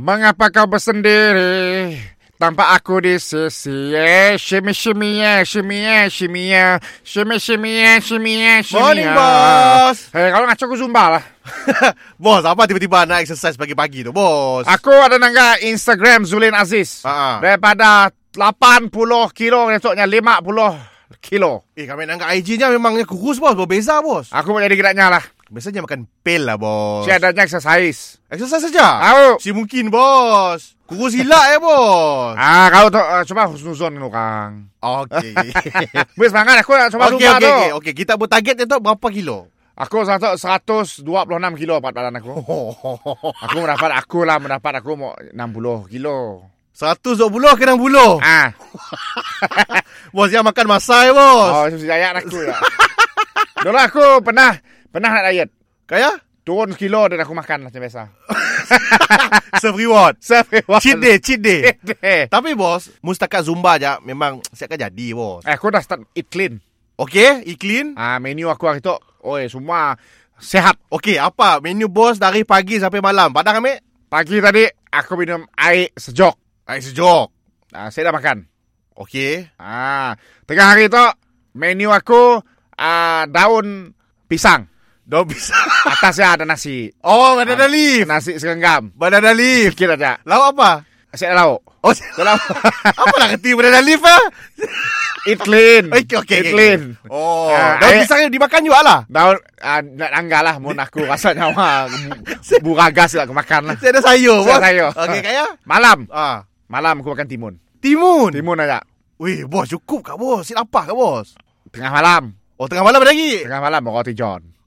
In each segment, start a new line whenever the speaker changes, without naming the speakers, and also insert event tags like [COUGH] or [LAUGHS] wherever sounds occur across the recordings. Mengapa kau bersendiri? Tanpa aku di sisi yeah. Shimmy shimmy yeah, shimmy yeah, shimmy yeah Shimmy shimmy yeah, shimmy yeah, shimmy
Morning,
yeah.
bos.
Eh, kalau ngaco aku zumba lah
[LAUGHS] bos, ah. apa tiba-tiba nak exercise pagi-pagi tu, Ah, bos?
Aku ada nangga Instagram Zulin Aziz
Ha-ha.
Daripada 80 kilo Esoknya 50 kilo
eh, kami nak angkat IG-nya memangnya kurus, bos. Berbeza, bos.
Aku boleh jadi geraknya lah
Biasanya makan pil lah, bos.
Si adanya exercise
Exercise saja.
Tahu
Si mungkin, bos. Kurus hilak ya, bos.
Ah, kau tu uh, cuba husnuzon dengan orang. [LAUGHS]
Okey.
Boleh semangat aku nak cuba
Okey,
okay,
okey,
Ah. tu.
okey. Okey, kita buat target tu berapa kilo?
Aku satu 126 kilo berat badan
[LAUGHS]
aku. Aku mendapat aku lah mendapat aku mau 60 kilo.
120 ke 60? [LAUGHS]
Ah,
Bos, yang makan eh, masai, bos.
oh susi daya aku ya. Dulu aku pernah pernah nak diet.
Kaya?
Turun kilo dan aku makan lah macam biasa.
Self reward.
Selfie
[LAUGHS] Cheat day, cheat day.
[LAUGHS] Eh,
Tapi bos, mustakat Zumba je memang siap akan jadi bos.
Eh, aku dah start eat clean.
Okey, Iklin.
Ah, menu aku hari tu, oi semua sehat.
Okey, apa menu bos dari pagi sampai malam? Padang kami?
Pagi tadi aku minum air sejuk.
Air sejuk.
Ah, saya dah makan.
Okey.
Ah, tengah hari tu menu aku ah, daun pisang. [LAUGHS]
Dah bisa.
Atasnya ada nasi.
Oh, banana leaf.
Nasi segenggam.
Banana leaf.
Sikit aja.
Lauk apa?
Asyik lauk.
Oh, [LAUGHS]
Kalau
apa lah keti banana leaf ah?
eat clean. Eat
Okey, okey. okey.
clean.
Oh,
Ah,
daun
air-
pisang dimakan juga lah.
Daun ah, nak langgar lah mun [LAUGHS] aku rasanya wah bu- buragas lah aku makan lah.
Saya ada sayur.
Saya
bos.
sayur.
Okey, [LAUGHS] kaya?
Malam,
Ah.
malam aku makan timun.
Timun.
Timun aja.
Weh, bos cukup kak bos. Sip lapar kak bos.
Tengah malam,
Oh, tengah malam ada [LAUGHS] lagi.
tengah malam makan roti john.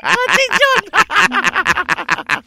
Roti John.